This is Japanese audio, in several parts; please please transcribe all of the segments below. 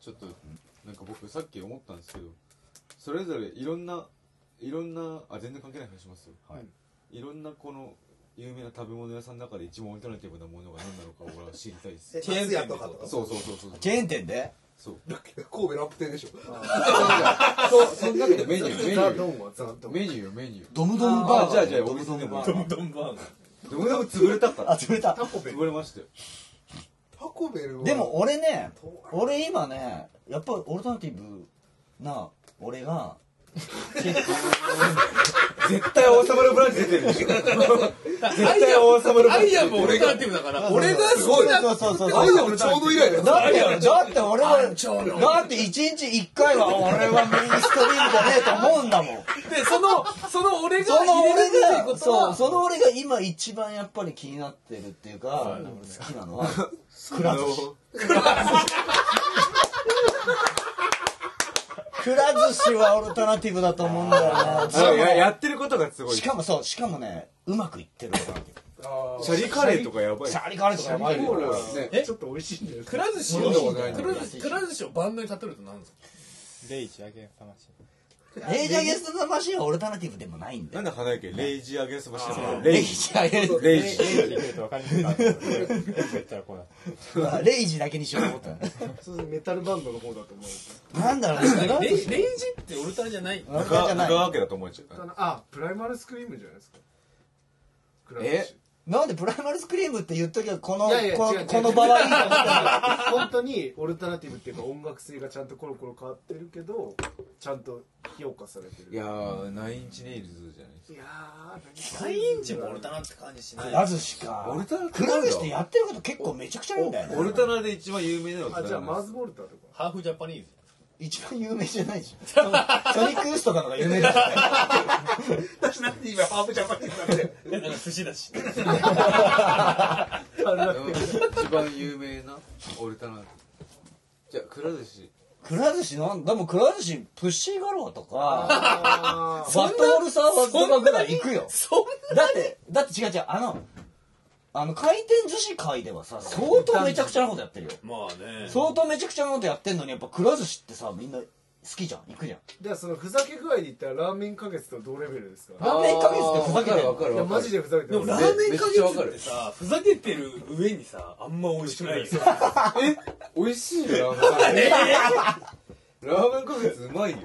ちょっとなんか僕さっき思ったんですけどそれぞれいろんないろんなあ全然関係ない話しますよはいいろんなこの有名な食べ物屋さんの中で一番オルタナティブなものが何なのか俺は知りたいですえチェーン松屋店とかとかそうそうそうそうチェーン店でそう神戸ラップ店でしょそうその中でメニューメニザ・ュドーンはザ・ドンメニューメニュードムドムバーガー。あじゃあじゃあドムドムバーガー。ドンバーガーでもでも潰れたからあ、潰れた。タコベル潰れましたよタコベルはでも俺ね遠い、俺今ね、やっぱりオルタナティブな俺が、絶対王様のブランチ出てるでしょ絶対王様のブランチアイアンも俺がってだから俺が好きなそうそうそうアそう。イアムちょうど以来だよだって、だって俺は、だって一日一回は俺はメインストリームだねえと思うんだもん。でそのその俺がその入れる俺っていうこが、とそう、はその俺が今一番やっぱり気になってるっていうか、俺好きなのは、くら寿司。くら寿司はオルタナティブだと思うんだよね。しあかやもやってることがすごいしかもそう、しかもね、うまくいってるオルタナティブ。シャリカレーとかやばいシャリカレーとかやばいよ。ねえちょっと美味しいんだよくら寿司そをうでもないくら寿司くら寿司をバンドに例えると何ですかレイジアゲンサマシレイジャーゲストのマシンはオルタナティブでもないんなだんよ。で花焼きレイジアゲンストマシンレレイイジジャーゲスト。レイジン。レイジでると分かりにくいからレイジ言ったらこうだ。まあレイジだけにしようと思ったのね。そうそうメタルバンドの方だと思うなんだろうね。レイレイジってオルタナじゃないオルタナじ中ゃない川家だと思っちゃうあプライマルスクリームじゃないですかクラウえなんでプライマルスクリームって言っときゃこのいやいやこ違う違うこの場合本当にオルタナティブっていうか音楽性がちゃんとコロコロ変わってるけどちゃんと評価されてるいやーナインチネイルズじゃないですいやーサインチもオルタナって感じしないくら寿司かオルタナくら寿司ってやってること結構めちゃくちゃあるんだよかオルねタナで一番有名なのってあじゃあ誰なんマですズボルタとかハーフジャパニーズ一番有名じゃないでしょソニックウエストとかのが有名だよね私なんて今ハーブジャパニーズなんでなんか寿司だしか一番有名なオルタナじゃあくら寿司くら寿司なんでもくら寿司プッシーガローと かバあットオルサーバーとかぐらい行くよそんだってだって違う違うあのあの回転寿司界ではさ相当めちゃくちゃなことやってるよまあね相当めちゃくちゃなことやってんのにやっぱくら寿司ってさみんな好きじゃん行くじゃんではそのふざけ具合で言ったらラーメン花月と同レベルですからラーメンかけってふざけてんのわかるいわかるやわかマるジでふざけてでもラますーメンめっかちゃわけかっるてさふざけてる上にさあんま美味しくないよ美味しいよラーメンラーメンかけつうまいよ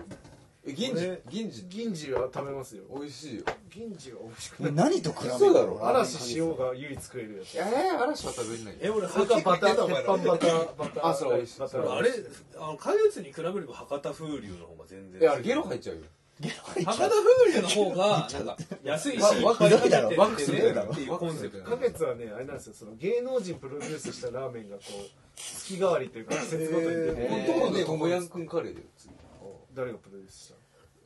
え銀次俺銀次銀次は食べますよ美味しいよ銀次は美味しくない何と比べる嘘だろ嵐塩が唯一食えるやつえー、嵐は食べれないえよ俺それかバター、お前鉄板バター、バター。あそれ美味しいバタそー。あれあの花月に比べれば博多風流の方が全然いやあれゲロ入っちゃうよ博多風流の方がなんか安いしわいっぱいかけてひどいだろワックスてみねたいなっていうコンセプト花月はね、あれなんですよ、その芸能人プロデュースしたラーメンがこう、月替わりというか、季節ごとに出て、本当はね、ともやんくんカレーだよ次誰がプロデュースし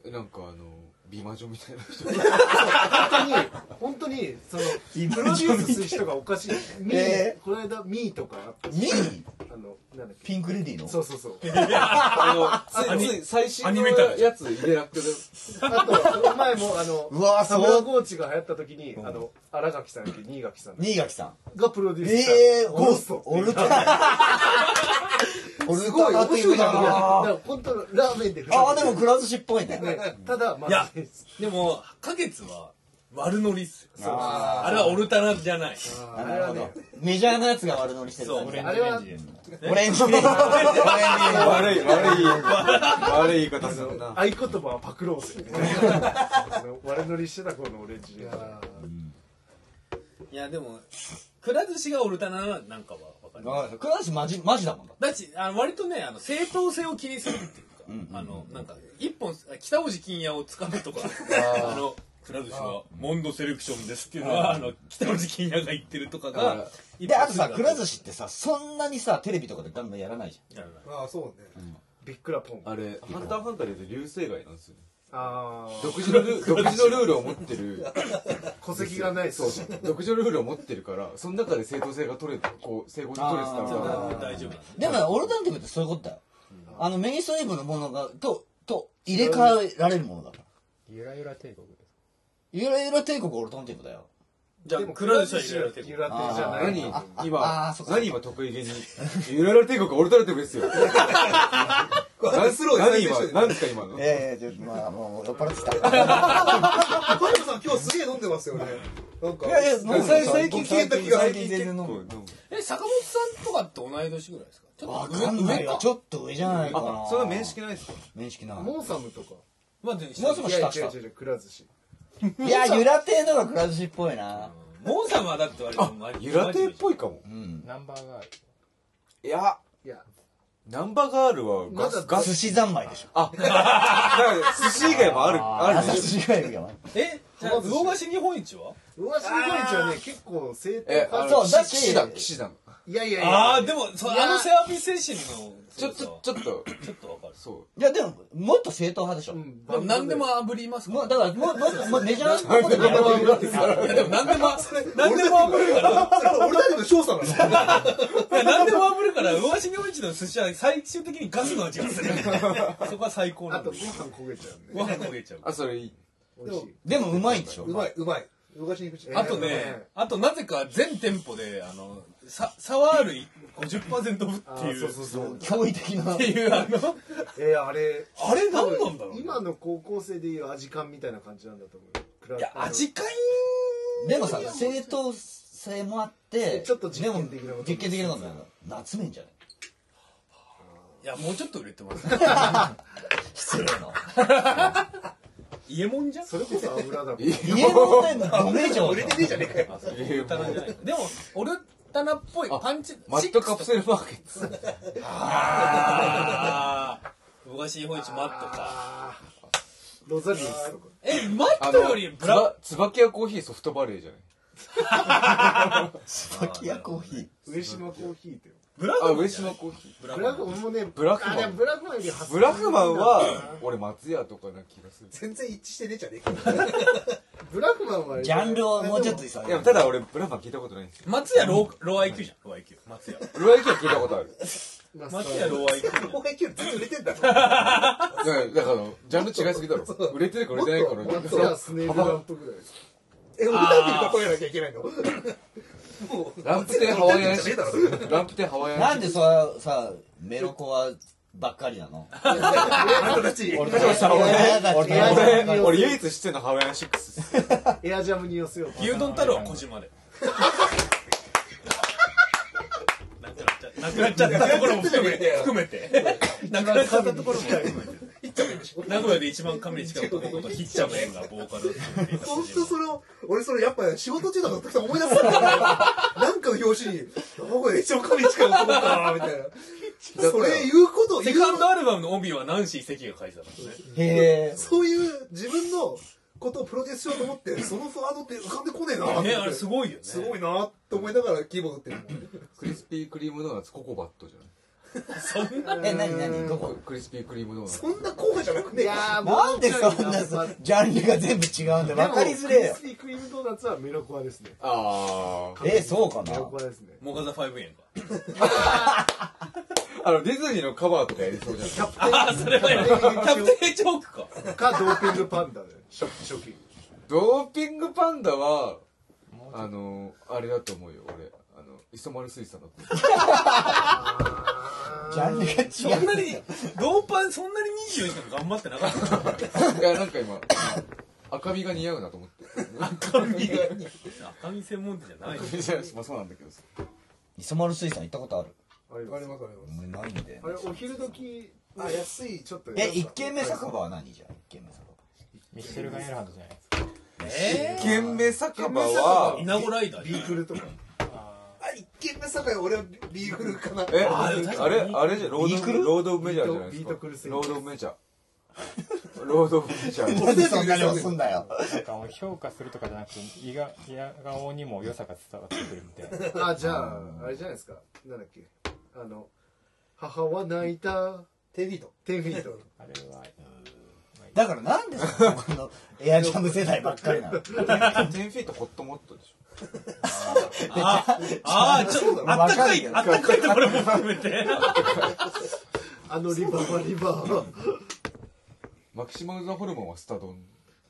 えなんかあの美魔女みたいな人たの本当に、本当に、その、プロデュースする人がおかしい。ミえー、この間、ミーとかあったしミーあの、なんだっけ。ピンクレディーのそうそうそう。 あのついつい最新のやつ入れなくてあと、その前も、あの、うわーすサごムいラゴーチが流行った時に、あの、新垣さんやっけ、新垣さん新垣さんがプロデュースした。ええゴーストっていう。オ ルタオルタナティブだだなから本当のラーメンでふざけてああでもくら寿司っぽいねねただまいやあですでも花月は悪ノリっすよああれはオルタナじゃないーなるほどメジャーなやつが悪乗りしてるそうオオレレンンあジれはジ オレンジレディー悪い悪い悪い言い方するな合言葉はパクロース我乗りしてた頃のオレンジレンジいやでもくら寿司がオルタナなんかは分かりますわかるくら寿司マジマジだもんだだしあの割とねあの正当性を気にするっていうか、あのなんか一本北大路金也をつかむとかあのくら寿司はモンドセレクションですっていうのはあの北大路金也が言ってるとかがであとさくら寿司司ってさそんなにさテレビとかでガンガンやらないじああそうねビックラポンあれハンターハンターで言うと流星街なんですよねあー独自のルー 独自のルールを持ってる戸籍がないそうそう独自のルールを持ってるからその中で正当性が取れこう整合性取れてたから大丈夫なんゃんでもオルタナティブってそういうことだよあのメインストリームのものがとと入れ替えられるものだからゆらゆら帝国です。ゆらゆら帝国オルタナティブだよじゃあでもくら寿司は入れられてゆるらてじゃない何の今あーそっか何今得意げにゆらゆら帝国オルタナティブですよ何スローで再生何今してる何ですか今のいやいや、ちょっとまあ、もう酔っ払って きた。あ小山さん今日すげえ飲んでますよねなんかいやいや、もう最最近近、消え最た気近、が最近全然飲む。え坂本さんとかって同い年ぐらいですかちょわっとかんないよ。ちょっと上じゃないかなあ。そんな面識ないですか面識ない。モンサムとかまあでももうすぐいや下違う下違う。違うくら寿司いや、ゆら亭のがくら寿司っぽいな。モンさんはだって割とマジゆら亭っぽいかもうん。ナンバーガールいやいやナンバーガールはガスガ寿ス司三昧でしょ。あだから寿司以外もあるある朝で寿しょ司以外が。えじゃあ魚菓子日本一はうわし日本一はね結構正統え派あそうのだっ騎て士団騎士団いやいやいやああでもそいやあのセラピー精神のちょっとちょっとちょっとわかるそいや、でも、もっと正統派でしうょ。んでも何でも炙りますかもう、だから、もう、もうもうメジャーなことでやろうよ いやでも何でも何でも炙るからそれは俺たちの翔さんなのいや何でも炙るから魚菓子日本一の寿司は最終的にガスの味がする そこは最高あなんとでごす飯焦げちゃうんでご飯焦げちゃううあそれいい美味しいでも、うまいんでしょ。うまいうまい動かしに行くしあとね、あとなぜか全店舗で、あの、さ、サワー類50%オフあっていーう、そうそうそう驚異的なっ。ていう、あの、えーあれあれ何なんだろうね今の高校生でいう味感みたいな感じなんだと思うよクラいや、味かいでもさ、正統性もあって、ちょっと実験的なでこもと実験的なことだよ。夏麺じゃないいや、もうちょっと売れ てます。失礼な。家もんじゃんそれこそ油だもん家の店のダメじ ゃん。いいじゃねえかよえ棚じゃない。でも、オルタナっぽいパンチ、マットカプセルマーケットあー。動かし日本一マットか。ロザリウスとかえ、マットよりブラつば椿屋コーヒーソフトバレーじゃない秋やコーヒー。上島コーヒーってよブラあゴ上ンじゃん島コーヒーブラブラゴグン俺もねブラックマンあでもブラックマンより発想ブラフマンは俺松屋とかな気がする全然一致してねえじゃねえかブラックマンはジャンルをもうちょっとさい、やただ俺ブラフマン聞いたことないんですよ松屋ロー、ロー IQ じゃん。ロー IQ。松屋。ルアイキは聞いたことあるマスター松屋ロー IQ じゃん。後輩級ずっと売れてんだからいやだからジャンル違いすぎだろ売れてるか売れてないかの松屋スネールランプぐらいですえ俺だって例えなきゃいけないのもうランプ店ハワイアンじゃシねえだろそップランプ店ハワイアなンんシでさ、さ、メロコアばっかりなのあなたたちップ俺さ俺俺エアジャムに俺寄俺唯一知ってるのハワイアンシックスですせエアジャムに寄せようと牛丼太郎は小島で。なくなっちゃ った。なくなっちゃったところも含めて。含めて。なく なっちゃったところも含めて。名古屋で一番神に近い男とヒッチャムエンがボーカルを務めていた本当それを俺それやっぱ仕事中だった時思い出 すんだよなんかの表紙に「名古屋一応神近い男かな」みたいなそれ言うことセ言カンうドアルバムの帯はナンシー関が書いてたからね。へえ。そういう自分のことをプロデュースしようと思ってそのワードって浮かんでこねえなね、あれすごいごいよね。すごいなと思いながらキーボード打ってるもんクリスピークリームドーナツココバットじゃないそんな。え、なになにどこククリスピークリームドーナツそんな候補じゃなくねいやーもうなんでそんなさ、ジャンルが全部違うんだよ。わかりづれえよク。リスピークリームドーナツはメロコアですねあえ、そうかメなロコアですねモガザ5円が。ああのディズニーのカバーとかやりそうじゃないああ、それはやキャプテンチョークか。かドーピングパンダで初初期ドーピングパンダはあのあれだと思うよ俺あの磯丸水産だと思うジャンルが違そんなに、ドーパン、そんなに24時間頑張ってなかった。いや、なんか今、赤身が似合うなと思って。赤身が。赤身専門店じゃ ないよ。まあそうなんだけどさ。う。磯丸水産行ったことあるあれわかりますわかります俺ないんであ。れお昼時あ安いちょっとえ、一軒目酒場は何じゃあ一軒目酒ミッシェルガンエルハンドじゃないですえ一軒目酒場はー、、稲子ライダービじゃんー。クルとかあ一軒目酒屋俺はビーフルかなえ、ああでも確かにれ、あれじゃ、ロビークールド、ロードオブメジャーじゃないですビートクルか。スロードオブメジャー。ロードオブメジャー。場。そんなに押すんだよ。かなんかもう評価するとかじゃなくて胃が胃が顔にも良さが伝わってくるみたいなあじゃああれじゃないですかなんだっけあの母は泣いたテビートテンフィートあれはだからなんでそのこのエアジャム世代ばっかりなの10フィートホットモットでしああー、ちょっと、あったかい、あったかいところも含めて。あのリバーはリバーょ。マキシマムザホルモンはスタドン。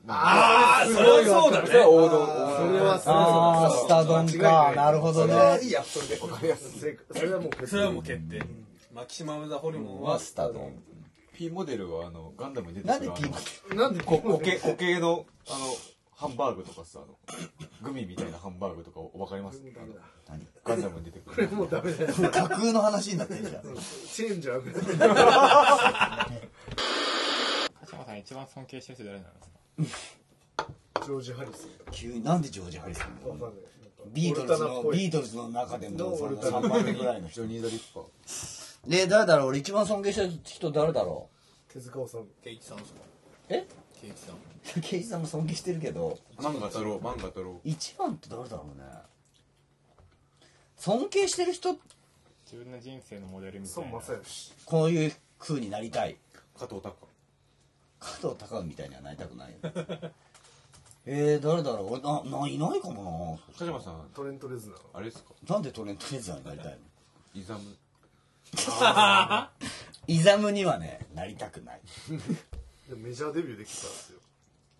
ああ、それはそうだそれはね。王道、王そ道。れはあー、そスタドンか。なるほどそれね。はいいやそれでれはそれはもうそれはもう決定。マキシマムザホルモンはは、スタドン。 P モデルはあのガンダムに出てなんくでるあ P モのデルなんでこ固形固形のあのハンバーグとかさあのグミみたいなハンバーグとかわかりますあの何ガンダムに出てくこれるもうダメだよ架空の話になってんじゃん。チェンジャー鹿島さん一番尊敬してる人誰なんですかジョージ・ハリス急に、なんでジョージ・ハリスンわかんないビートルズオルタナっの、ぽいビートルズの中でも、そのオルタナ3番目ぐらいのジ人。ョニー・ザ・リッパーで、誰だろう俺一番尊敬してる人誰だろ手塚治虫ケイチさんですかうえケイチさんケイジさんも尊敬してるけど、漫画太郎漫画太郎一番って誰だろうね。尊敬してる人、自分の人生のモデルみたい孫な正義こういう風になりたい。加藤隆加藤隆文みたいにはなりたくないよ。 えー、誰だろう俺な、な、いないかも鹿島さんトレント・レズナーあれですかな。なんでトレント・レザーになりたいのイザムイザムにはね、なりたくない。でメジャーデビューできてたんですよ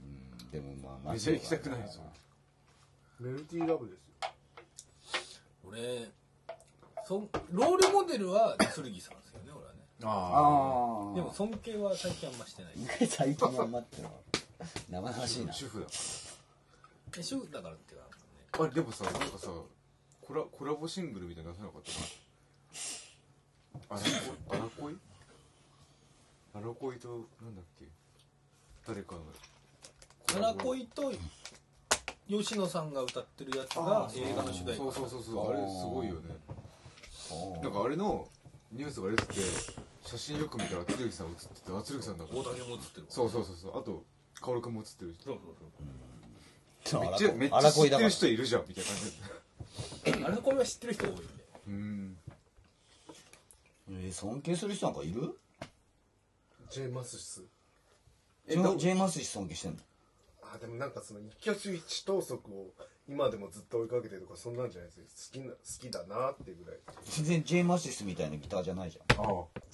うんでもまあ、まあめちゃ行きたくないですよメルティーラブですよ俺そんロールモデルは剣さんですよね俺はねあああ。でも尊敬は最近あんましてないです最近は待ってよ生々しいな主婦だえ主婦だからっていうのはねあれでもさなんかさコラコラボシングルみたいなの出さなかったかな荒恋荒恋荒恋となんだっけ誰かの奈良恋と吉野さんが歌ってるやつが映画の主題歌そうそうそうそうあれすごいよねなんあかあれのニュースが出てて写真よく見たら鶴木さん映っててあ鶴木さんだ大竹も映ってるそうそうそうそうあと薫君も映ってるしそうそうーめっちゃめっちゃ知ってる人いるじゃんみたいな感じだったそうあれこれは知ってる人多いんでうんえー尊敬する人なんかいるジェイ・マスシスジェジェーマス氏尊敬してんのあでもなんかその一挙手一投足を今でもずっと追いかけてるとかそんなんじゃないですよ好きな好きだなっていうぐらい全然ジェーマス氏みたいなギターじゃないじゃんああ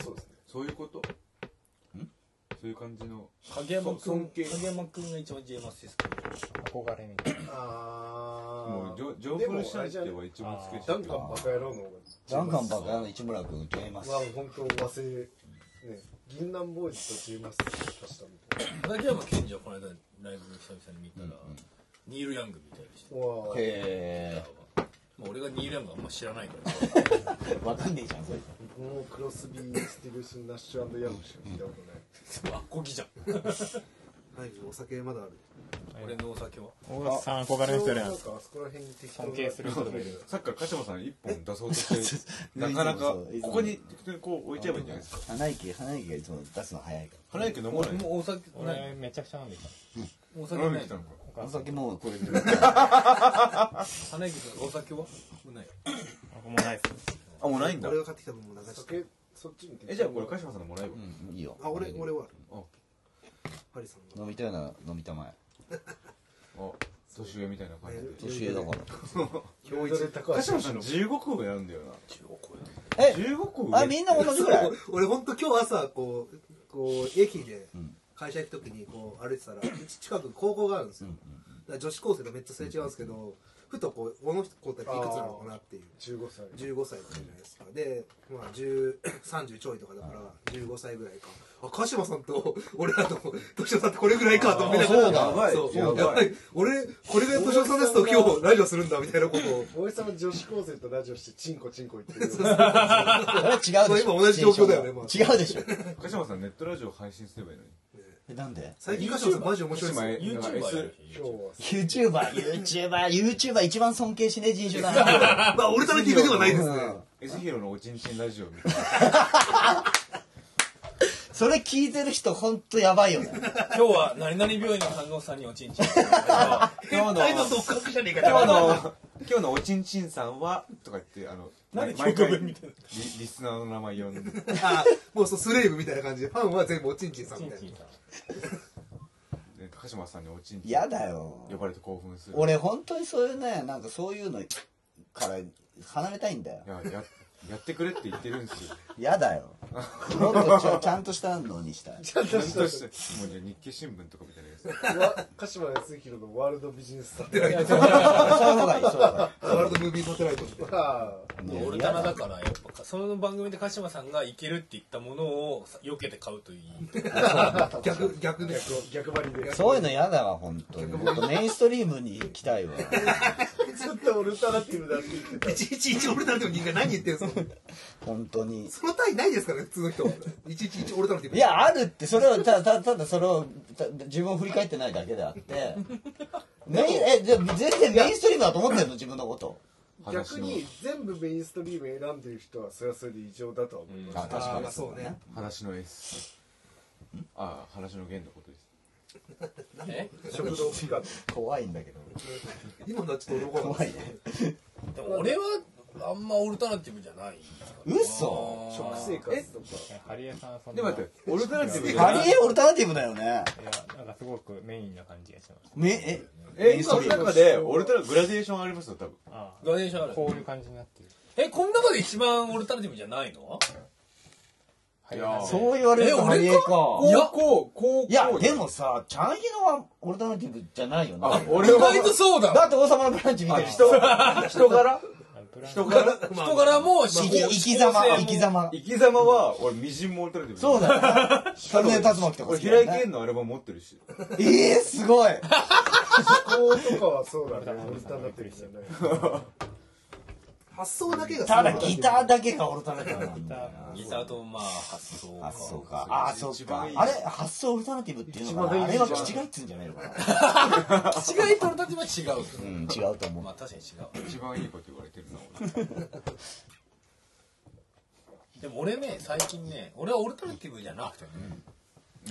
そうですねそういうことそういう感じの影山そ尊敬君影山君が一番 JMAS ですけ憧れみたいなあーもうジョジョー・プルシャンテは一番好きでしダたンけカンどバカ野郎の方がダンカンバカの市村君ジェーマスは本当忘れね銀杏ボーイズとジェイ・マスシス足したみたいなど影山健二はこの間ライブ久々に見たらニール・ヤングみたいでしたうわーへまあ俺がニール・ヤングあんま知らないからえ分かんねえじゃんそれもうクロスビー、スティルス、ナッシュヤングしか聞いたことない。 さあっこぎじゃんはい、お酒まだある。俺のお酒は大橋さん憧れの人誰なんんですかかあそこら辺に適当尊敬する人でもいるさっきから鹿島さん一本出そうとしてなかなかそうそういつもここにこう置いちゃえばいいんじゃないですか花池花池がいつも出すの早いか花池飲まないもうお酒ない俺めちゃくちゃ飲んできたお酒飲みなにい来たのからお酒もうこれで花池君お酒はない僕もないですあもうないんだ俺が買ってきた分も流して酒、そっちに。えじゃあこれ鹿島さんのもらえばうんいいよあ俺俺はあハリさんが飲みたいな飲みたまえあ年上みたいな感じで年上だから今日一で高鹿橋島さん15個やるんだよなえ15個上あみんな同じぐらい俺本当今日朝こうこう駅で会社行く時にこう歩いてたらうち近く高校があるんですよだから女子高生とめっちゃすれ違うんですけどふとこうこの子たちいくつなのかなっていう15歳。 15歳とかじゃないですかで、まあ、10 30ちょいとかだから15歳ぐらいかあ鹿島さんと俺らと年尾さんってこれぐらいかと思いながらあそうだやばいそうやばいやっぱり俺これぐらい年尾さんですと今日ラジオするんだみたいなことを大江さんは女子高生とラジオして、チンコチンコ言ってるよ。それは違うでしょそう今同じ状況だよねまあ違うでしょ鹿島さんネットラジオ配信すればいいのに えなんで最近鹿島さんマジ面鹿白いです島よへなんか YouTube はや S る今日は。 YouTuber、YouTuber、YouTuber 一番尊敬しねえ人種だ な。まあ俺ために言うではないですね S ヒロのおちんちんラジオみたいなそれ聞いてる人ほんとやばいよね。今日は何々病院の看護師さんにおちんちん今日の態度とおかしじゃねえか今日の今日のおちんちんさんはとか言ってあのなんで毎曲回名みたいなリリスナーの名前呼んであ もうそうスレイブみたいな感じでファンは全部おちんちんさんみたいなで高島さんにおちんちんやだよ。呼ばれて興奮する俺ほんとにそういうね、なんかそういうのから離れたいんだよい。やややってくれって言ってるんですよ。やだよ。もっとちゃちゃんとしたのにしたい。ちゃんとちゃんとししてもうじゃあ日経新聞とかみたいなやつ。たわ鹿島康弘のワールドビジネスさんってそういう方がいい、そういう方がワールドムービーサテライトみたい なねオルタナだからやっぱその番組で鹿島さんがいけるって言ったものを避けて買うといい逆逆で逆張りでいい。そういうのやだわ、本当に。もっとメインストリームに行きたいわ。ずっとオルタナティブだって言ってたいちいちいち俺たちの人間何言ってんすか本当に。その単位ないですから普通の人はいちいちいち俺たちの人間いや、あるって、それを、ただ、ただ、ただそれを、た自分を振り返ってないだけであって。メイン、え、じゃあ全然メインストリームだと思ってんの自分のこと。話逆のに全部メインストリーム選んでる人はそれはそれで異常だとは思いますあ、確あかーまに。あそうね。話の S。ああ、話の弦のことです。ね食堂ピカ怖いんだけど。今のはちょっと俺も怖いね。でも俺はあんまオルタナティブじゃない嘘食生活とかハリエさんはそんでなも待って、オルタナティブじゃハないリエオルタナティブだよね。いやなんかすごくメインな感じがしましため、え、え、今の中で、オルタナグラデーションありますよ、多分。ああガネーシャあるこういう感じになってるえこの中で一番オルタナティブじゃないのハリエさんいやそう言われるとえハリエか。いや高校、高校。いや、でもさ、チャンヒノはオルタナティブじゃないよね。あ、意俺は、外とそうだだって王様のブランチ見てある人、人柄あのブラン人柄 人柄も生き生き様、生き様。生き様は、俺、みじんもオルタナティブ。そうだよ ね。少年竜巻とか好俺、きだ平よ井ね。堅のアルバム持ってるし。ええー、すごい。思考とかはそうだねオルタナティブじゃない発想だけがただギターだけがオルタナティブなんだよな。ギターとまあ発想か発想か。あ、そう一か番い。いあれ、発想オルタナティブっていうのかな。あれは気違いっつうんじゃないのかな。違いとオルタナティブは違ううん、違うと思うまあ。確かに違う一番いいこと言われてるな、でも俺ね最近ね俺はオルタナティブじゃなくてね、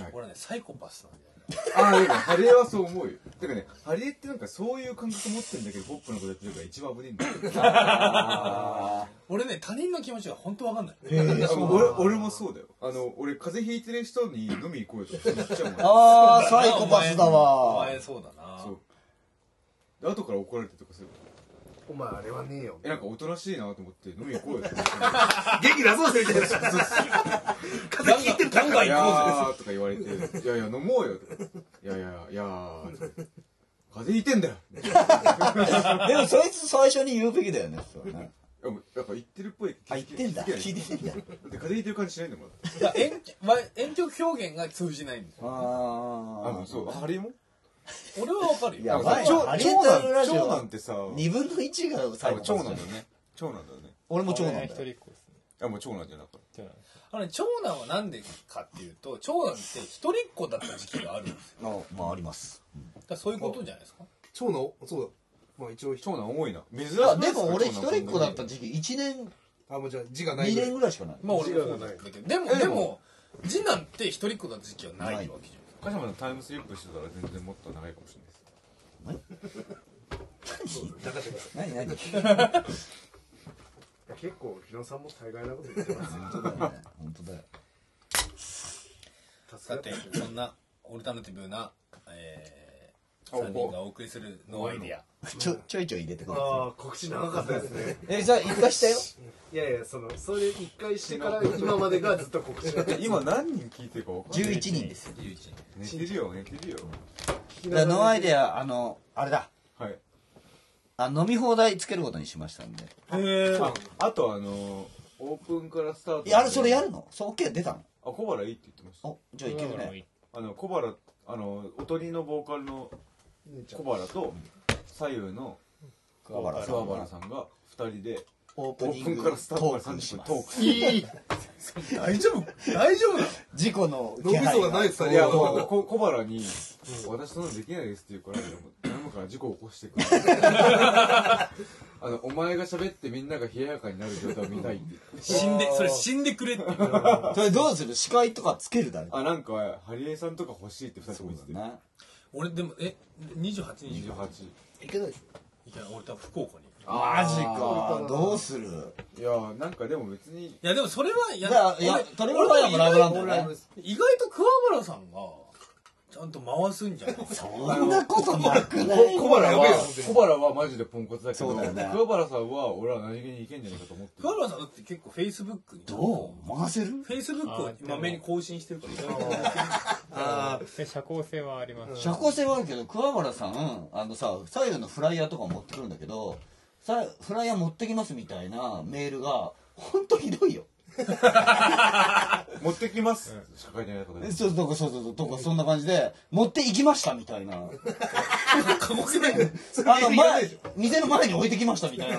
はい俺はねサイコパスなんだよね俺。ああ、だから、ハリエはそう思うよ。てかね、ハリエってなんかそういう感覚持ってんだけど、ポップなことやってるから一番危ねえんだよ。俺ね他人の気持ちが本当わかんないえー、あそう俺俺もそうだよあの俺風邪ひいてる人に飲み行こうよとか言っちゃうもん あー、サイコパスだおわ。前そうだなそうで後から怒られてとかするお前あれはねえよえなんかおとなしいなと思って飲み行こうよとか元気出そうぜみたいな風邪ひいてるガンガンい行やこうぜーとか言われていやいや飲もうよとかいやいやいやーとか風邪ひいてんだよ でもそいつ最初に言うべきだよね、そうね。いやもうなんか言ってるっぽいあ、言ってんだ。聞聞いいててんだ。ないだって風邪ひいてる感じしないんだもんだっていや遠わ遠曲表現が通じないんだよああもうそうハリエも俺はわかるよやなんかばいさなハリエ長とラ男ジオは長男ってさ二分の一が最後長男だよね長男だよね俺も長男だ俺一よ人っ子ですねいやもう長男じゃなくて長男あのね長男はなんでかっていうと長男って一人っ子だった時期があるんですよあまあありますだからそういうことじゃないですか超のそうだまあ一応長男多いな珍しいいやでも俺一人っ子だった時期一年あもうじゃあ字がない二年ぐぐらいらいしかないまあ俺もそうなんだけどでもでも次男って一人っ子だった時期はないわけじゃん鹿島のタイムスリップしてたら全然もっと長いかもしれないです何 何結構日野さんも大概なこと言ってますよ本当だよね本当だよさてそんなオルタナティブな、えー、3人がお送りするノーアイディアちょちょいちょい入れてくるああ告知長かったですねえじゃあ一回したよいやいやそのそれ一回してから今までがずっと告知だった今何人聞いてるか分かんない十一人です寝てるよ寝てるよだからノーアイデアあのあれだはいあ飲み放題つけることにしましたんでああとあのーオープンからスタートいやあれそれやるのそう OK 出たのあ小原いいって言ってましたおじゃあいけるねあの小原あのおとりのボーカルの小原と左右の小原さ桑ん原さんが2人でオオープニープンングからスタトートからークにし30分トますーク大丈夫大丈夫なの事故の脳みそがないですいやもうこ小原に「私そんなのできないです」って言うから「頼むから事故起こして くれ」あの「お前が喋ってみんなが冷ややかになる状態を見たい」って言って死んでそれ死んでくれって それどうする司会とかつけるだろあなんかハリエさんとか欲しいって2人とも言ってたね俺でもえ2828 28いけないいや俺多分福岡にいるマジかどうするいやーなんかでも別にいやでもそれはいいやいや俺トリプルファイヤーもライブなんだよね俺意外と桑原さんがちゃんと回すん じゃないそんなことなくない小腹やべえよ本当に小原はマジでポンコツだけど、そうだよね桑原さんは俺は何気にいけんじゃないかと思ってる桑原さんだって結構フェイスブックにどう回せるフェイスブックをまめに更新してるからあで社交性はあります、社交性はあるけど桑原さんあのさ左右のフライヤーとか持ってくるんだけどさフライヤー持ってきますみたいなメールが本当ひどいよ持ってきます、社会的なことでえそうとかそうそうそうとかそんな感じで持って行きましたみたいな過酷だよねあの前店の前に置いてきましたみたいな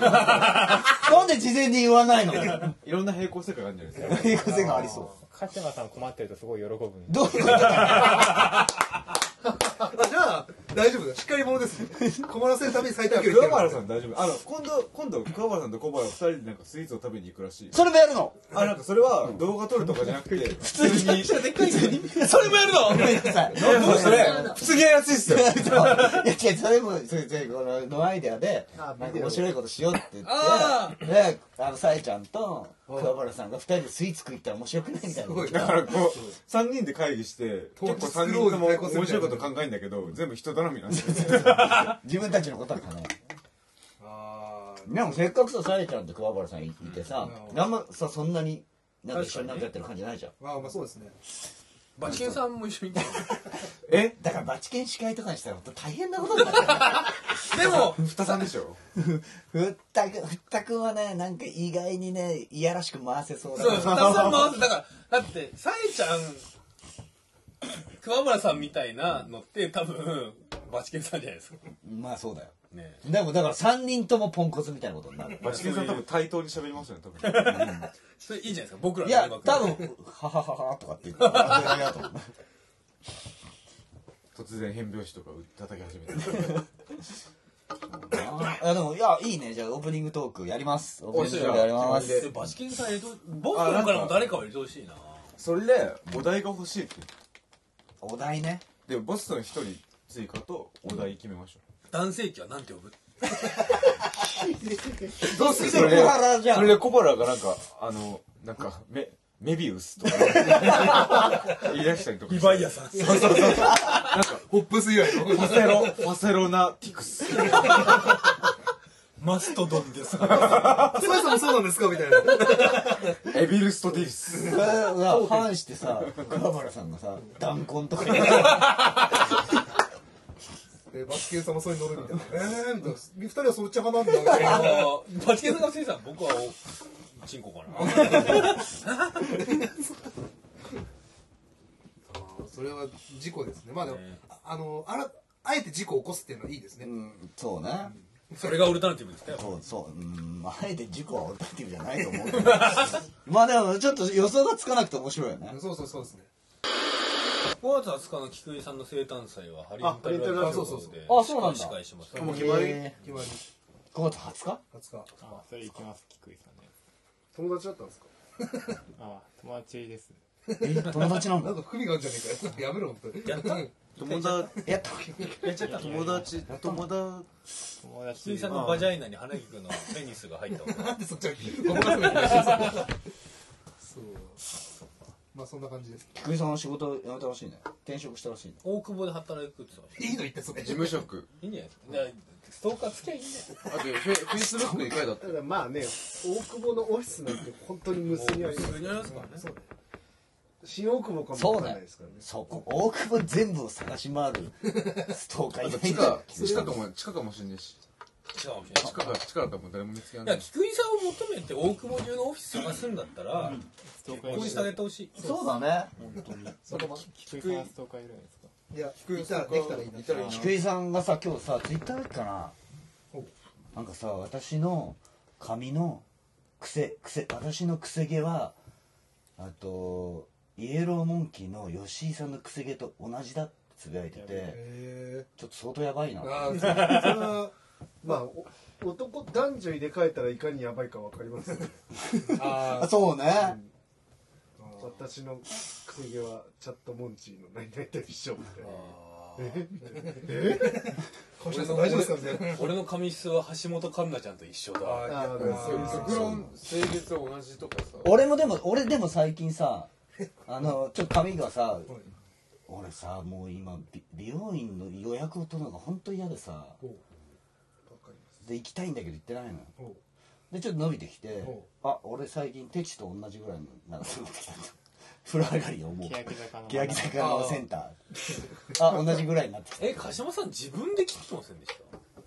なんで事前に言わない のいろんな平行世界があるんじゃないですか英語性がありそう鹿島さん困ってるとすごい喜ぶんでどういうことだあじゃあ大丈夫だしっかり者ですね困らせるために最低限言って桑るか原さらん大丈夫あの今度今度桑原さんと小原二人でなんかスイーツを食べに行くらしいそれもやるのあなんかそれは動画撮るとかじゃなくて普通にそれもやるのごめんなさいどうそれ普通にやりやすいっ すよいや違うそれもそれそれこののアイデアでなんか面白いことしようって言あってであのさえちゃんと桑原さんが2人でスイーツ食いったら面白くないみたいなこと言っだたから こう3人で会議して結構3人とも面白いこと考えんだけど全部人頼みなん ですよ自分たちのことは考えないでもせっかくささえちゃんと桑原さんいいてさ、あんまさそんなになんか一緒になんかやってる感じないじゃんまあまあそうですねバチケンさんも一緒にえだからバチケン司会とかにしたら本当大変なことになるからね でもふたさんでしょふったく、ふったくんはね、なんか意外にね、いやらしく回せそうだそうね2つ回すだからだってさえちゃん桑原さんみたいなのって多分バチケンさんじゃないですかまあそうだよ。ねでもだから3人ともポンコツみたいなことになる。 バチケンさん多分対等に喋りますよね多 分それいいじゃないですか僕らいのや、音楽多分、ははははとかって言ってありがとう。突然変拍子とか叩き始めてあーいやで も、いや、いいね。じゃあオープニングトークやります。オープニングトークやりま面白いす。でバチケンさん入れとボストンからも誰かを入れてほしいなそれでお題が欲しいってお題ね。でボストン1人追加とお題決めましょ男性器はなんて呼ぶどうすうるそれ小原じゃそれでん。小原がなんかあのなんかメメビウスとか言い出したりとかしてヤさん ホップス以外のファセロファセロナティクスマストドンですスパイさんもそうなんですかみたいなエビルストディスそれが反してさ、桑原さんがさ、弾痕とか言ってでバスケンさんもそれに乗るみたいなええー、みたいな二人はそっち派なんだみたいなバチケンさんがせいさん僕はおチンコかなそれは事故ですねまあでも、ああのあらあえて事故を起こすっていうのはいいですね、うんそうね。それがオルタナティブですかそうそう、うん、あえて事故はオルタナティブじゃないと思うけど まあでもちょっと予想がつかなくて面白いよね。そうそうそうですね5月20日の菊井さんの生誕祭はハリウッドライブあそうそうそうであそうなんだ司会します決まり決まり5月20日20日あそれ行きます菊井さんね友達だったんですかあ友達ですえ友達なんなだんか含みがあるんじゃねえかよやめろ本当にやった友達やった友達友達友菊井達さんのバジャイナに花木君のペニスが入ったわなんでそっちはごまかすのにそうまあそんな感じです菊井さんの仕事辞めたらしいね転職したらしいね大久保で働くって言ってましたいいの言ってそれ事務職いいんじゃないですかだからストーカーつきゃいいんじゃないあとフェフェイスブックに書いてあったただまあね大久保のオフィスなんて本当に無数にあります普通にありますからね新大久保かもそわうかんだないよですからねそこ大久保全部を探し回るストーカーいない地んだよ下地下かも地下かもしれないし違うかもしれない地下が地下だったらもう誰も見つけらいれなやい菊井さんを求めて大久保中のオフィス探すんだったらストーカこーいこにるしてあげてほしいそうだね本当に菊井さんはストーカーいるんですかいやいたらできたらいいないたらいいな菊井さんがさ今日さツイッターかななんかさ私の髪の癖癖私の癖毛はあとイエローモンキーの吉井さんの癖毛と同じだってつぶやいててえちょっと相当やばいなー、あーそれはまあお男男女入れ替えたらいかにやばいかわかりますよねあそうね私のくせ毛はチャットモンチーの何々と一緒みたいな俺の大丈夫ですかみたいな俺の髪質は橋本環奈ちゃんと一緒だあーそういう極論性別は同じとかさ俺もでも俺でも最近さあのちょっと髪がさ俺さもう今び美容院の予約を取るのが本当嫌でさで行きたいんだけど行ってないのよでちょっと伸びてきてあ俺最近テチと同じぐらいの長さになってきた風呂上がりをもう欅坂の欅坂のセンターあ同じぐらいになってきたえ鹿島さん自分で切ってませんでし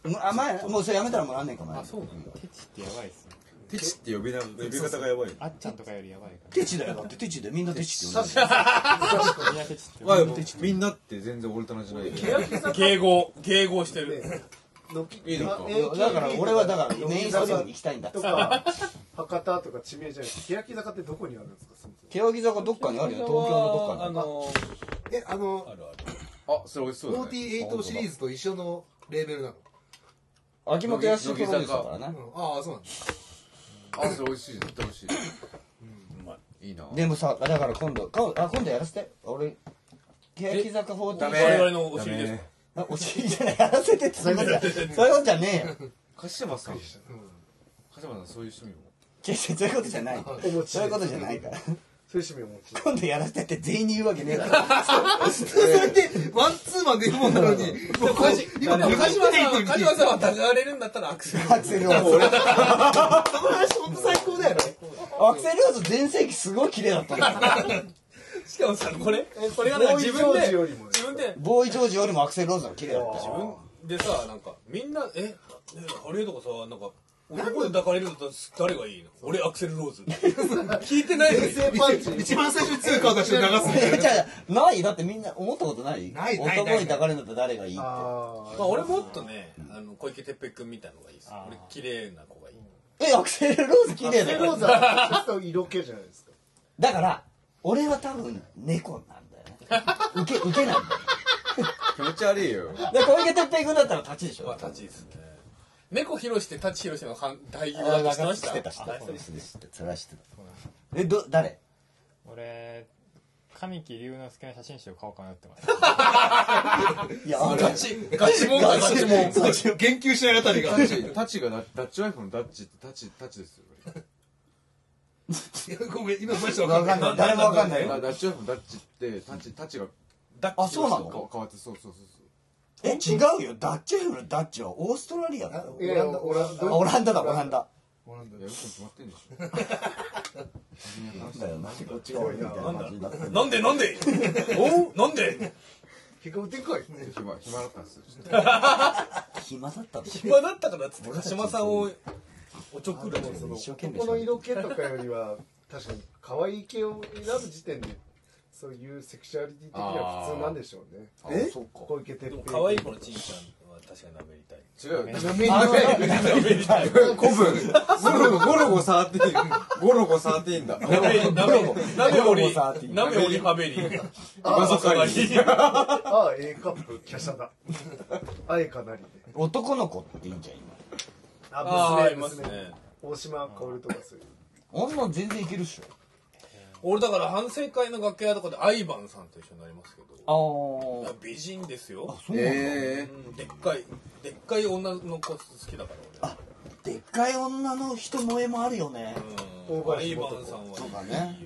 うんあ前もうそれやめたらもう何年か前たあそうなんだケチってやばいっすねテチって呼びな呼び方がやばいあっちゃんとかよりやばいかテチだよだってテチでみんなテチって呼んでるらみんなケチってまあでもみんなって全然俺と同じない迎合迎合してるいいのかえいやだから俺はだからメインスタジアムに行きたいんだとか博多とか地名じゃないです欅坂ってどこにあるんですかそもそも欅坂どっかにあるよ東京のどっかあにあるのえあのあるあるあそれ美味しそうだね48シリーズと一緒のレーベルなの秋元康プロデュースだからなああそうなんだあそれ美味しい絶対美味しうまいいいなでもさだから今度かあ今度やらせて俺欅坂4ダダメ我々のお尻ですダメお尻じゃないやらせてってそういうことじゃそういうことじゃねえよ鹿島さん鹿島さんそういう趣味も決してそういうことじゃないそういうことじゃないからそういう趣味を持ち今度やらせてって全員に言うわけねえだろそれってワンツーマンで言うもんなのにもうこう今鹿島昔まで言さってんる鹿島さんは疑われるんだったらアクセルアクセル・オーズその話本当最高だよねアクセル・オーズ全盛期すごい綺麗だったんだよしかもさこれこれがなんか自分ジョでージよりも自分でボーイ・ジョージよりもアクセル・ローズが綺麗だった自分でさなんかみんなえねハリエとかさなんか男で抱かれるんだったら誰がいいの俺アクセル・ローズ聞いてないのに一番最初に通貨を出して流すいやじゃあないだってみんな思ったことないないないない男に抱かれるんだったら誰がいいってまあ、俺もっとね、あの小池徹平君みたいのがいいですあー俺綺麗な子がいいえアクセル・ローズ綺麗だローよズは ちょっと色気じゃないですかだから俺は多分猫なんだよね 受け受けなんだよ気持ち悪いよで小池徹平君だったら立ちでしょまあ立ちいいですね猫ひろしって立ちひろしの反大義語あだと知してましったてた知ってあたそ知うっでてすたそれは知ってたえど誰俺神木隆之介の写真集を買おうかなってますいやあガチガチもんだガチもんそう言及しないあたりがタチタチがダダッチワイフのダッチってタチタチですよいやごめん今マジでわ分かかんんなないい誰もわかんないダよダッチワイフのダッチってタチタチがダッあチそうなのか変わってそうそうそうそうえ違うよダッチェフのダッチはオーストラリアだよいやいや俺はあオランダだオランダいやよく決まってんでしょなんだよなんでこっちが多いみたいな感じになってんのなんでなんでおうなんで結構でかい暇暇だったんですよちょっと暇だったって暇だったからっつって鹿島さんをおちょくるの一生懸命このし色気とかよりは確かに可愛い系を選ぶ時点でそういうセクシュアリティ的には普通なんでしょうねてるあそうか小池徹でも平可愛い子のちんちゃんは確かに舐めりたい違うよあ古文ゴロゴゴロゴサーティーンゴロゴサーティーンだなめなめなめおりさーっていうなめおりはべり今そかにああ A カップ華奢だあえかなりで男の子っていいんじゃん今ああ娘あいます娘、ね大島かおるとかそういうあんなん全然いけるっし俺だから反省会の楽屋とかでアイバンさんと一緒になりますけどょあ美人ですあよ、そうなんだ、えうんでっかいでっかい女の子好きだからでっかい女の人萌えもあるよね俺、大ア林イバ素子ンさんとかはね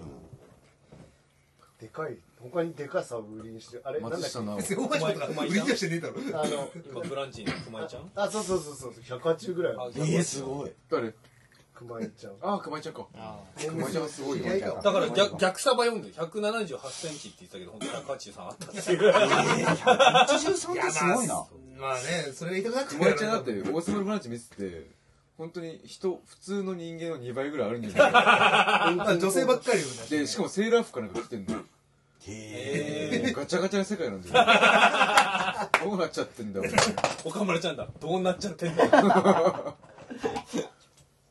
でかい他にでかさを売りにしてあれなんだっ松け下奈大橋とか売り出してねえだろあの今ブランチの熊井ちゃんあそうそうそうそう180ぐらいのえー、すごい誰熊井ちゃんああ熊井ちゃんかあ熊井ちゃんがすごいよいやいやだから逆逆さば読んで178センチって言ってたけど本当183あったっていう83ってすごいなまあねそれが痛くなって熊井ちゃんだって「王様のブランチ」見てて本当に人普通の人間の2倍ぐらいあるんじゃないかまあ女性ばっかりよね でしかもセーラー服かなんか着てんのよへえもうガチャガチャな世界なんだよどうなっちゃってんだよ岡村ちゃんだどうなっちゃってんだよ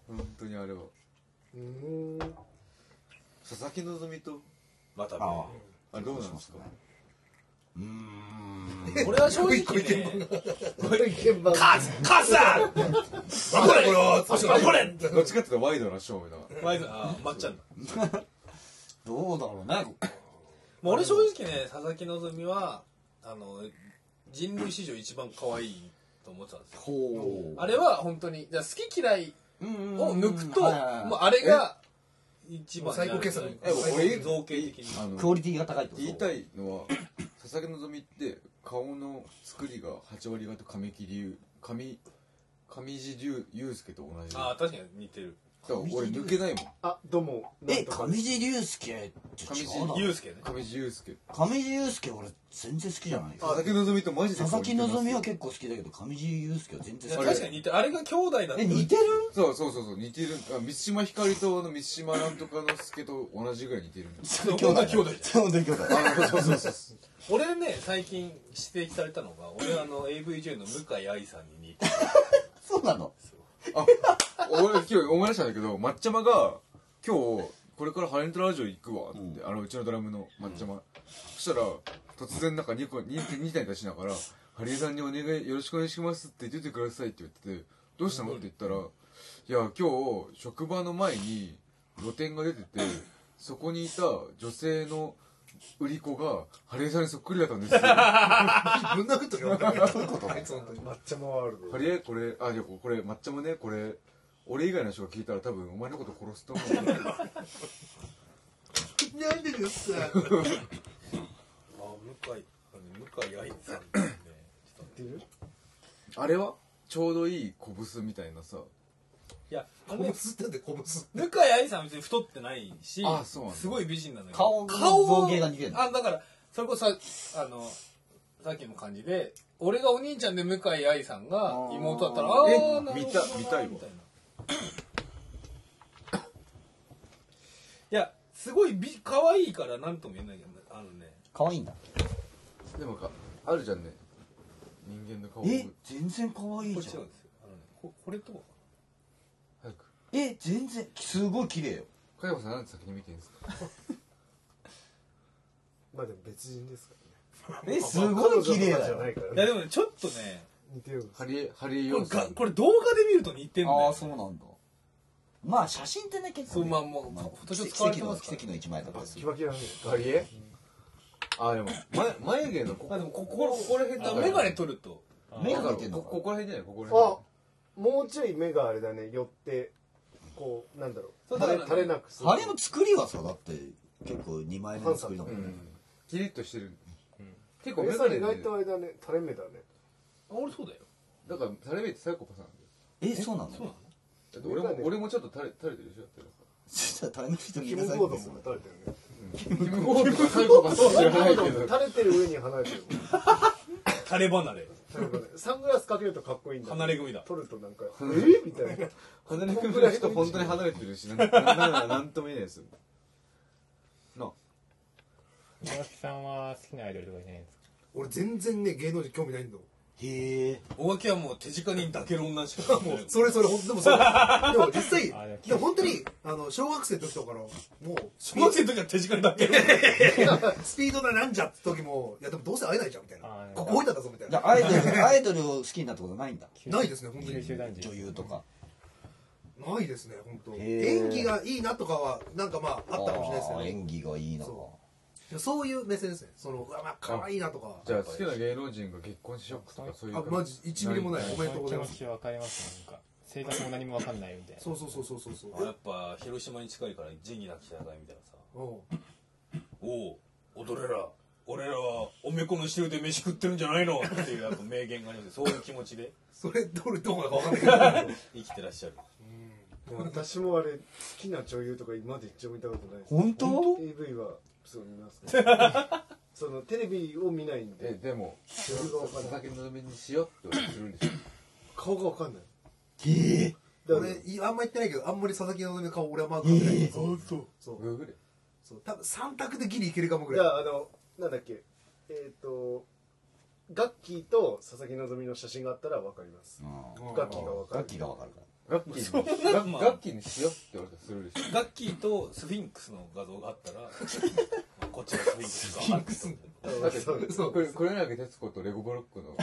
本当にあれはうーん佐々木希とまたあねあれどうなんですかうーんこれは正直ね現場カズカズさんこれこれどっちかっていうとワイドな勝負だからまっちゃんだどうだろうねもう俺正直ね佐々木希はあの人類史上一番可愛いと思ってたんですよほあれは本当にだから好き嫌いを抜くと、ままああ、あれが一番最高傑作ええ俺造形的にあのクオリティが高いってこと言いたいのは笠木のぞみって顔の作りが8割方神木隆神上地隆祐介と同じだああか確かに似てるら俺抜けないもんあ、どうも。なんえとか上地隆介って違うだろユースケね上地祐介上地祐介俺全然好きじゃない佐々木希とマジで佐々木希顔似てまはす結構好きだけど上地祐介は全然好きじゃ確なかいに似てるあれが兄弟だったえ似てるそうそうそうそう似てるあ三島ひかりとあの三島なんとかの助と同じぐらい似てるん だ兄弟兄弟本当に兄弟あそうそうそうそう俺ね最近指摘されたのが俺あの AV 女優の向井愛さんに似てるそうなのあ俺今日思い出したんだけど抹茶マが今日これからハレントラジオ行くわって、あのうちのドラムの抹茶マ、そしたら突然なんか2個二二体出しながら「ハリーさんにお願いよろしくお願いします」って出てくださいって言ってて「どうしたの?」って言ったら「いや今日職場の前に露店が出ててそこにいた女性の売り子がハリーさんにそっくりだったんですよ」ぶん殴っとけよ。どういうことあいつ本当に。抹茶もあるの。ハリエこれあじゃあこれ抹茶もねこれ俺以外の人が聞いたら多分お前のこと殺すと思うなんでですかあ向井向井愛さんってねあれはちょうどいい小ブスみたいなさいやあこのねぶつってんでこぶつ。向井愛さんは別に太ってないしあそうなんだすごい美人なんだけど顔の造形が似てるのあだからそれこそさあのさっきの感じで俺がお兄ちゃんで向井愛さんが妹だったらああえーなるほどな見た見たいわみいないやすごい美可愛いからなんとも言えないけどあのね可愛いんだでもかあるじゃんね人間の顔え全然可愛いこっじちゃなんんですよあのねここれとか早くえ全然すごい綺麗よ加山さんなんで先に見てんですかまあでも別人ですからね。えすごい綺麗彼女とかだじゃよないからいね。やでもねちょっとね似てる。ハリエハリエこヨれンさがんこれ動画で見ると似てんだよああそうなんだまあ写真ってね結そ構うねまあもまあう奇年使われ跡てのます奇から跡の一枚だったりすキるバキバね。ハリエあでも眉眉毛のここあでもここここら辺だメガネ取ると目だかがら似てんのこここら辺じゃないここら辺あ、もうちょい目があれだね。寄って、こう、なんだろ。そううだから垂れね垂れなくするあれの作りはさだって結構2枚目の作りだもんうねんキリッとしてる、結構上メさんガネ意で外とあれだね。垂れ目だね。あ俺そうだよだから垂れ目ってサイコパスなんだよえそうなのそうなのだって俺もメガネ俺もちょっと垂れ垂れてるでしょだってなんかそしたらタイムフィットキ見ム・なさいゴっードンてするも垂れてるね。キム・ゴールドのサイコパス知らないけど垂れてる上に離れてるもん。垂れ離れなんかねサングラスかけるとかっこいいんだけど。離れ組だ取るとなんか、えみたいな。離れ組の人本当に離れてるしなんなんなんなんとも言えないですよな村木さんは好きなアイドルとかいないんですか俺全然ね、芸能人興味ないんだもん。 へえお化けはもう手近に抱ける女しかもうそれそれ、本当でもそう。でも実際、あでも本当に、あの、小学生の時とかの、もう、スピ小学生の時は手近に抱けるスピードだなんじゃって時も、いやでもどうせ会えないじゃんみたいなあ。ーここ置いたんだぞみたいな。アイド ルアイドルを好きになったことないんだ ないですね、本当九に。州男児女優とかないですね、本当。へー演技がいいなとかは、なんかまあ、あったかもしれないですけあどーね演技がいいのかそいや。そういう目線ですね。その、うわ、まあ、可愛いなとか。じゃあ好きな芸能人が結婚しようとかそういうあ、マジ、1ミリもない。おめでとうございまそす。の気持ちわかりますねなんか性格も何もわかんないみたいなそうそうそうそうそうそう。やっぱ広島に近いから仁義なき戦いみたいなさうんおお踊れら俺らはおめこの汁で飯食ってるんじゃないのっていうやっぱ名言がありますそういう気持ちでそれ、どれどこだかわかんないけど。生きてらっしゃるでも私もあれ、好きな女優とか今まで一応見たことないです。本当 AV はそう見ますねそのテレビを見ないんえででも理由が分かん佐ない々木希にしようってするんでし顔が分かんないへだえから俺いあんま言ってないけどあんまり佐々木希の顔俺はマークない、えーそうそょうグーグルそう多分3択でギリいけるかもぐじゃらいああのなんだっけえっ、とガッキーと佐々木希の写真があったら分かりますガッキーが分か楽る器がわかるからガッキーにガッガッキーにしようって言われたらするでしガッキーとスフィンクスの画像があったらこっちがスフィンクスかょだ ってそうこれこれなけ徹子とレゴブロックの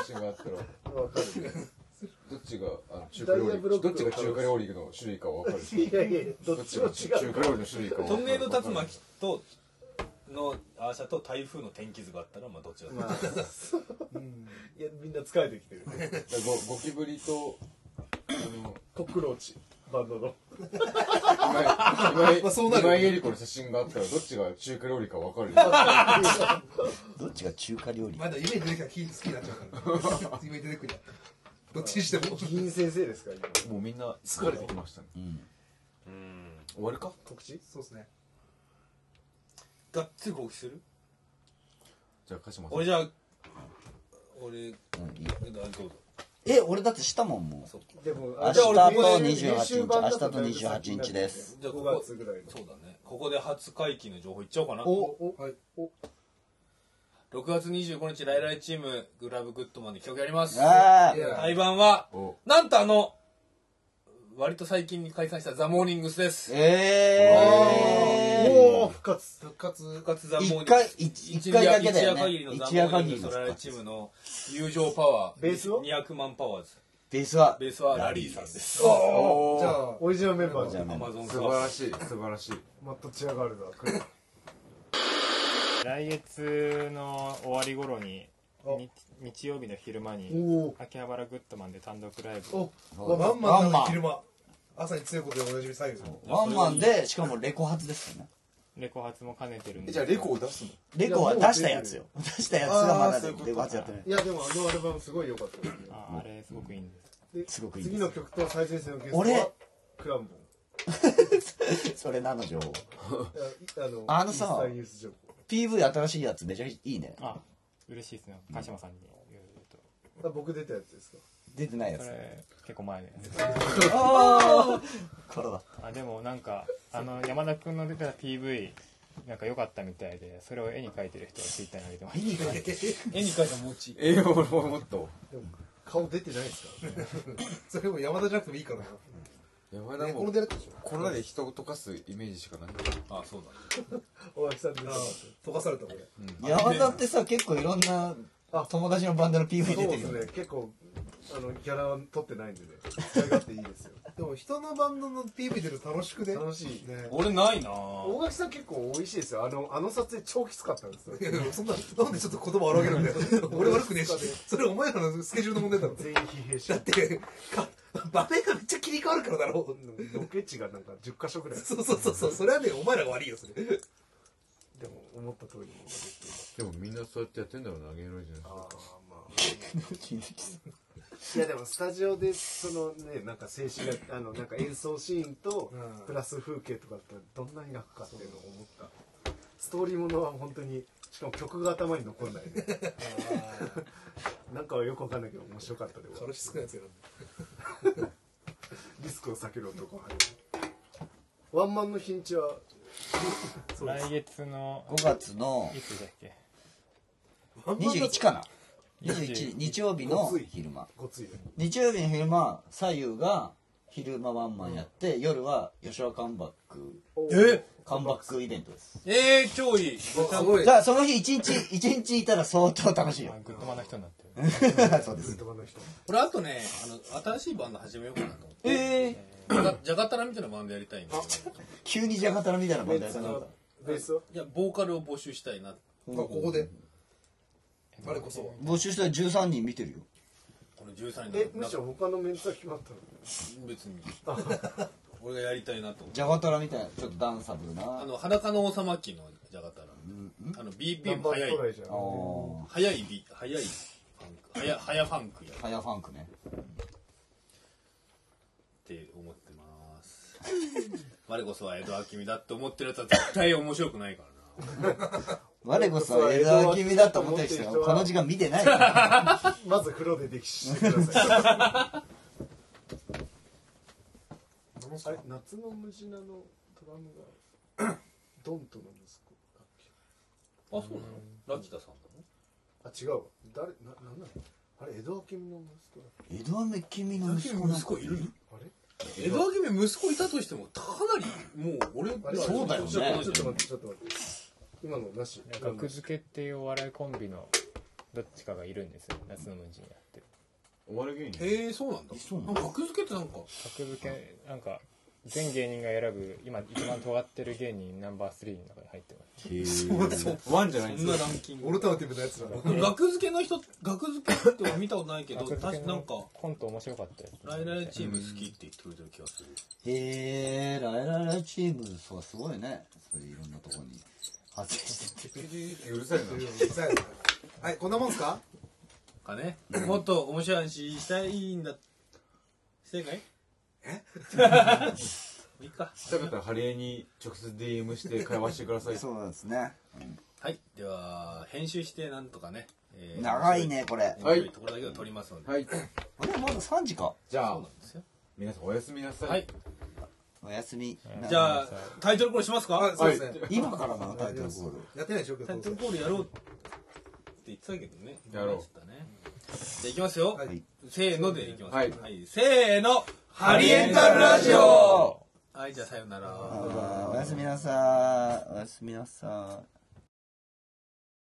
写真があったら分かるどっちがあの中華料ダイヤブロッ理クどっのちが中華料理の種類かわかるしいやいやどどっっちちもが中違う華料理の種類かわかトるンネル竜巻とのアーシャと台風の天気図があったらまあどっちだまあいやみんな疲れてきてるゴゴキブリとあのコックローチバンドの今井今井まあそうなるよ今ね井絵理子の写真があったらどっちが中華料理か分かるよどちが中華料理まだ夢に出てきたら気好きになっちゃうから夢に出てくるやどっちにしても銀先生ですか今もうみんな疲れてきましたねうん終わるか告知そうですねがっつり告知するじゃあ鹿島さん俺じゃあ俺うんいいよどうぞえ俺だってしたもんもうでも明日じゃとあ俺ここで28日練習版だと明日と28日ですじゃあこ5こ月ぐらいのそうだねここで初解禁の情報いっちゃおうかなおはい6月25日ライライチームグラブグッドマンで企画やりますあいや対バンはおなんとあの割と最近に解散したザ・モーニングスですええもう復活復活復活ザ・モーニン一グ回ス一一回だけだよね一一夜夜限り限りののザモーニングスライライチームの友情パワーベースは200万パワーですベースはベースはラリーさんですおじゃあオリジナルメンバーじじゃゃあんアねマゾンス素晴らしい素晴らしいマットチアガールだ来月の終わり頃に日日曜日の昼間にお秋葉原グッドマンで単独ライブおそうワンマンなワンマのン昼間朝に強いことでおなじみ左右ワンマンでしかもレコ発ですよねレコ発も兼ねてるんえでじゃあレコを出すのレコは出したやつよ出したやつがまだレコ発やってないいやでもあのアルバムすごい良かったですねああれすごくいいんですすごくいいです次の曲と最前線のゲストは俺クランボそれなの情報ンいやあのあのさインスタニュース情報 PV 新しいやつめちゃくちゃいいねあ嬉しいですね鹿島さんに言うとあ僕出たやつですか出てないやそつれ結構前でこれだあでもなんかあの山田君の出た PV なんか良かったみたいでそれを絵に描いてる人がツイッターに上げてました絵に描いた餅ええ俺ももっと顔出てないですかそれも山田じゃなくてもいいからな山田こもの出るでしょコロナで人を溶かすイメージしかないあそうだ大橋さん出てあまあす溶かされたこれ山田ってさ結構いろんな友達のバンドのそ PV う出てでるよすねね結構あのギャラは取ってないんでね使い勝手いいですよでも人のバンドの PV 出る楽しくね楽しいね俺ないな大垣さん結構美味しいですよあのあの撮影超きつかったんですよいやそんななんでちょっと言葉荒げるんだよ俺悪くねえしそれお前らのスケジュールの問題だろ全員疲弊 しだたってか場面がめっちゃ切り替わるからだろロケ地がなんか10箇所ぐらいそうそうそうそうそれはねお前らが悪いよそれでも思った通りにでもみんなそうやってやってんだろうな芸能人ああまあいやでもスタジオでそのねなんか静止があのなんか演奏シーンとうんプラス風景とかだってどんなに楽かっていうのを思ったストーリーものは本当にしかも曲が頭に残んないね なんかはよくわかんないけど面白かったで楽し少ないやつやるリスクを避ける男は入るワンマンの日にちは来月の5月のいつだっけ21かな21日曜日の昼間ごついね日曜日の昼間左右が昼間ワンマンやって、夜は吉羽カンバックえカンバックイベントですえー、超いいすごいだからその日一日一日いたら相当楽しいよあグッドマンの人になってるそうです男の人俺あとねあの新しいバンド始めようかなと思ってええジャガジャガタラみたいなバンドやりたいんだけど急にジャガタラみたいな問題そになったのベースはいやボーカルを募集したいなまあここで我こそは募集したら13人見てるよこの13え人むのしろ他のメンツは決まったの別に 俺がやりたいなと思ってジャガタラみたいなちょっとダンサブルなああの裸の王様期のジャガタラあのナ BPM ンバ早ートライいじゃんー早い B 早いファンク早早ファンクやっハヤファンクねて思ってます我こそは江戸明美だって思ってるやつは絶対面白くないからな我こそ江戸君だと思ってる人はこの時間見てないから まず風呂で歴史してください。あれ夏のムジナのドラムがドントの息子だっけあそうなのラキタさんだねあ違うわ誰ななんなのあれ江戸明美の息子だっ江戸目君の息子なん息か子いるけあれ江戸明美息子いたとしてもかなりもう俺あれそうだよねちょっとちょっと待ってちょっと待って今のなし学付けっていうお笑いコンビのどっちかがいるんですよ夏の無事にやってるお笑い芸人へえそうなんだそうなのなんか格付けってなんか格付けなんか全芸人が選ぶ今一番尖ってる芸人ナンバー3の中に入ってますワンじゃないんそですんなよランキンオグルタナティブのやつだろ学付けの人学付けって俺見たことないけど確格付けかなんのかコント面白かったよライライチーム好きって言ってくれてる気がするへえライライライチームそうすごいねそれいろんなとこに発生しててうるさいなうるさいなはいこんなもんすかかねもっと面白い話したいんだしてないえ いいかしたかったらハリエに直接 DM して会話してください そうですねはいでは編集してなんとかね、えー長いねこれ面白いところだけを取りますので、はいあれまだ3時かじゃそあうなんですよ皆さんおやすみなさい、はいおやすみじゃあタイトルコールしますかそうですね今からなのタイトルコ ールやってないでしょタイ今トル日コールやろうって言ってたけどねやろうちょっとねじゃあいきますよ、はいせーのでいきます、はいせーのハリエンタルラジオはいじゃあさようならあーおやすみなさーいおやすみなさーい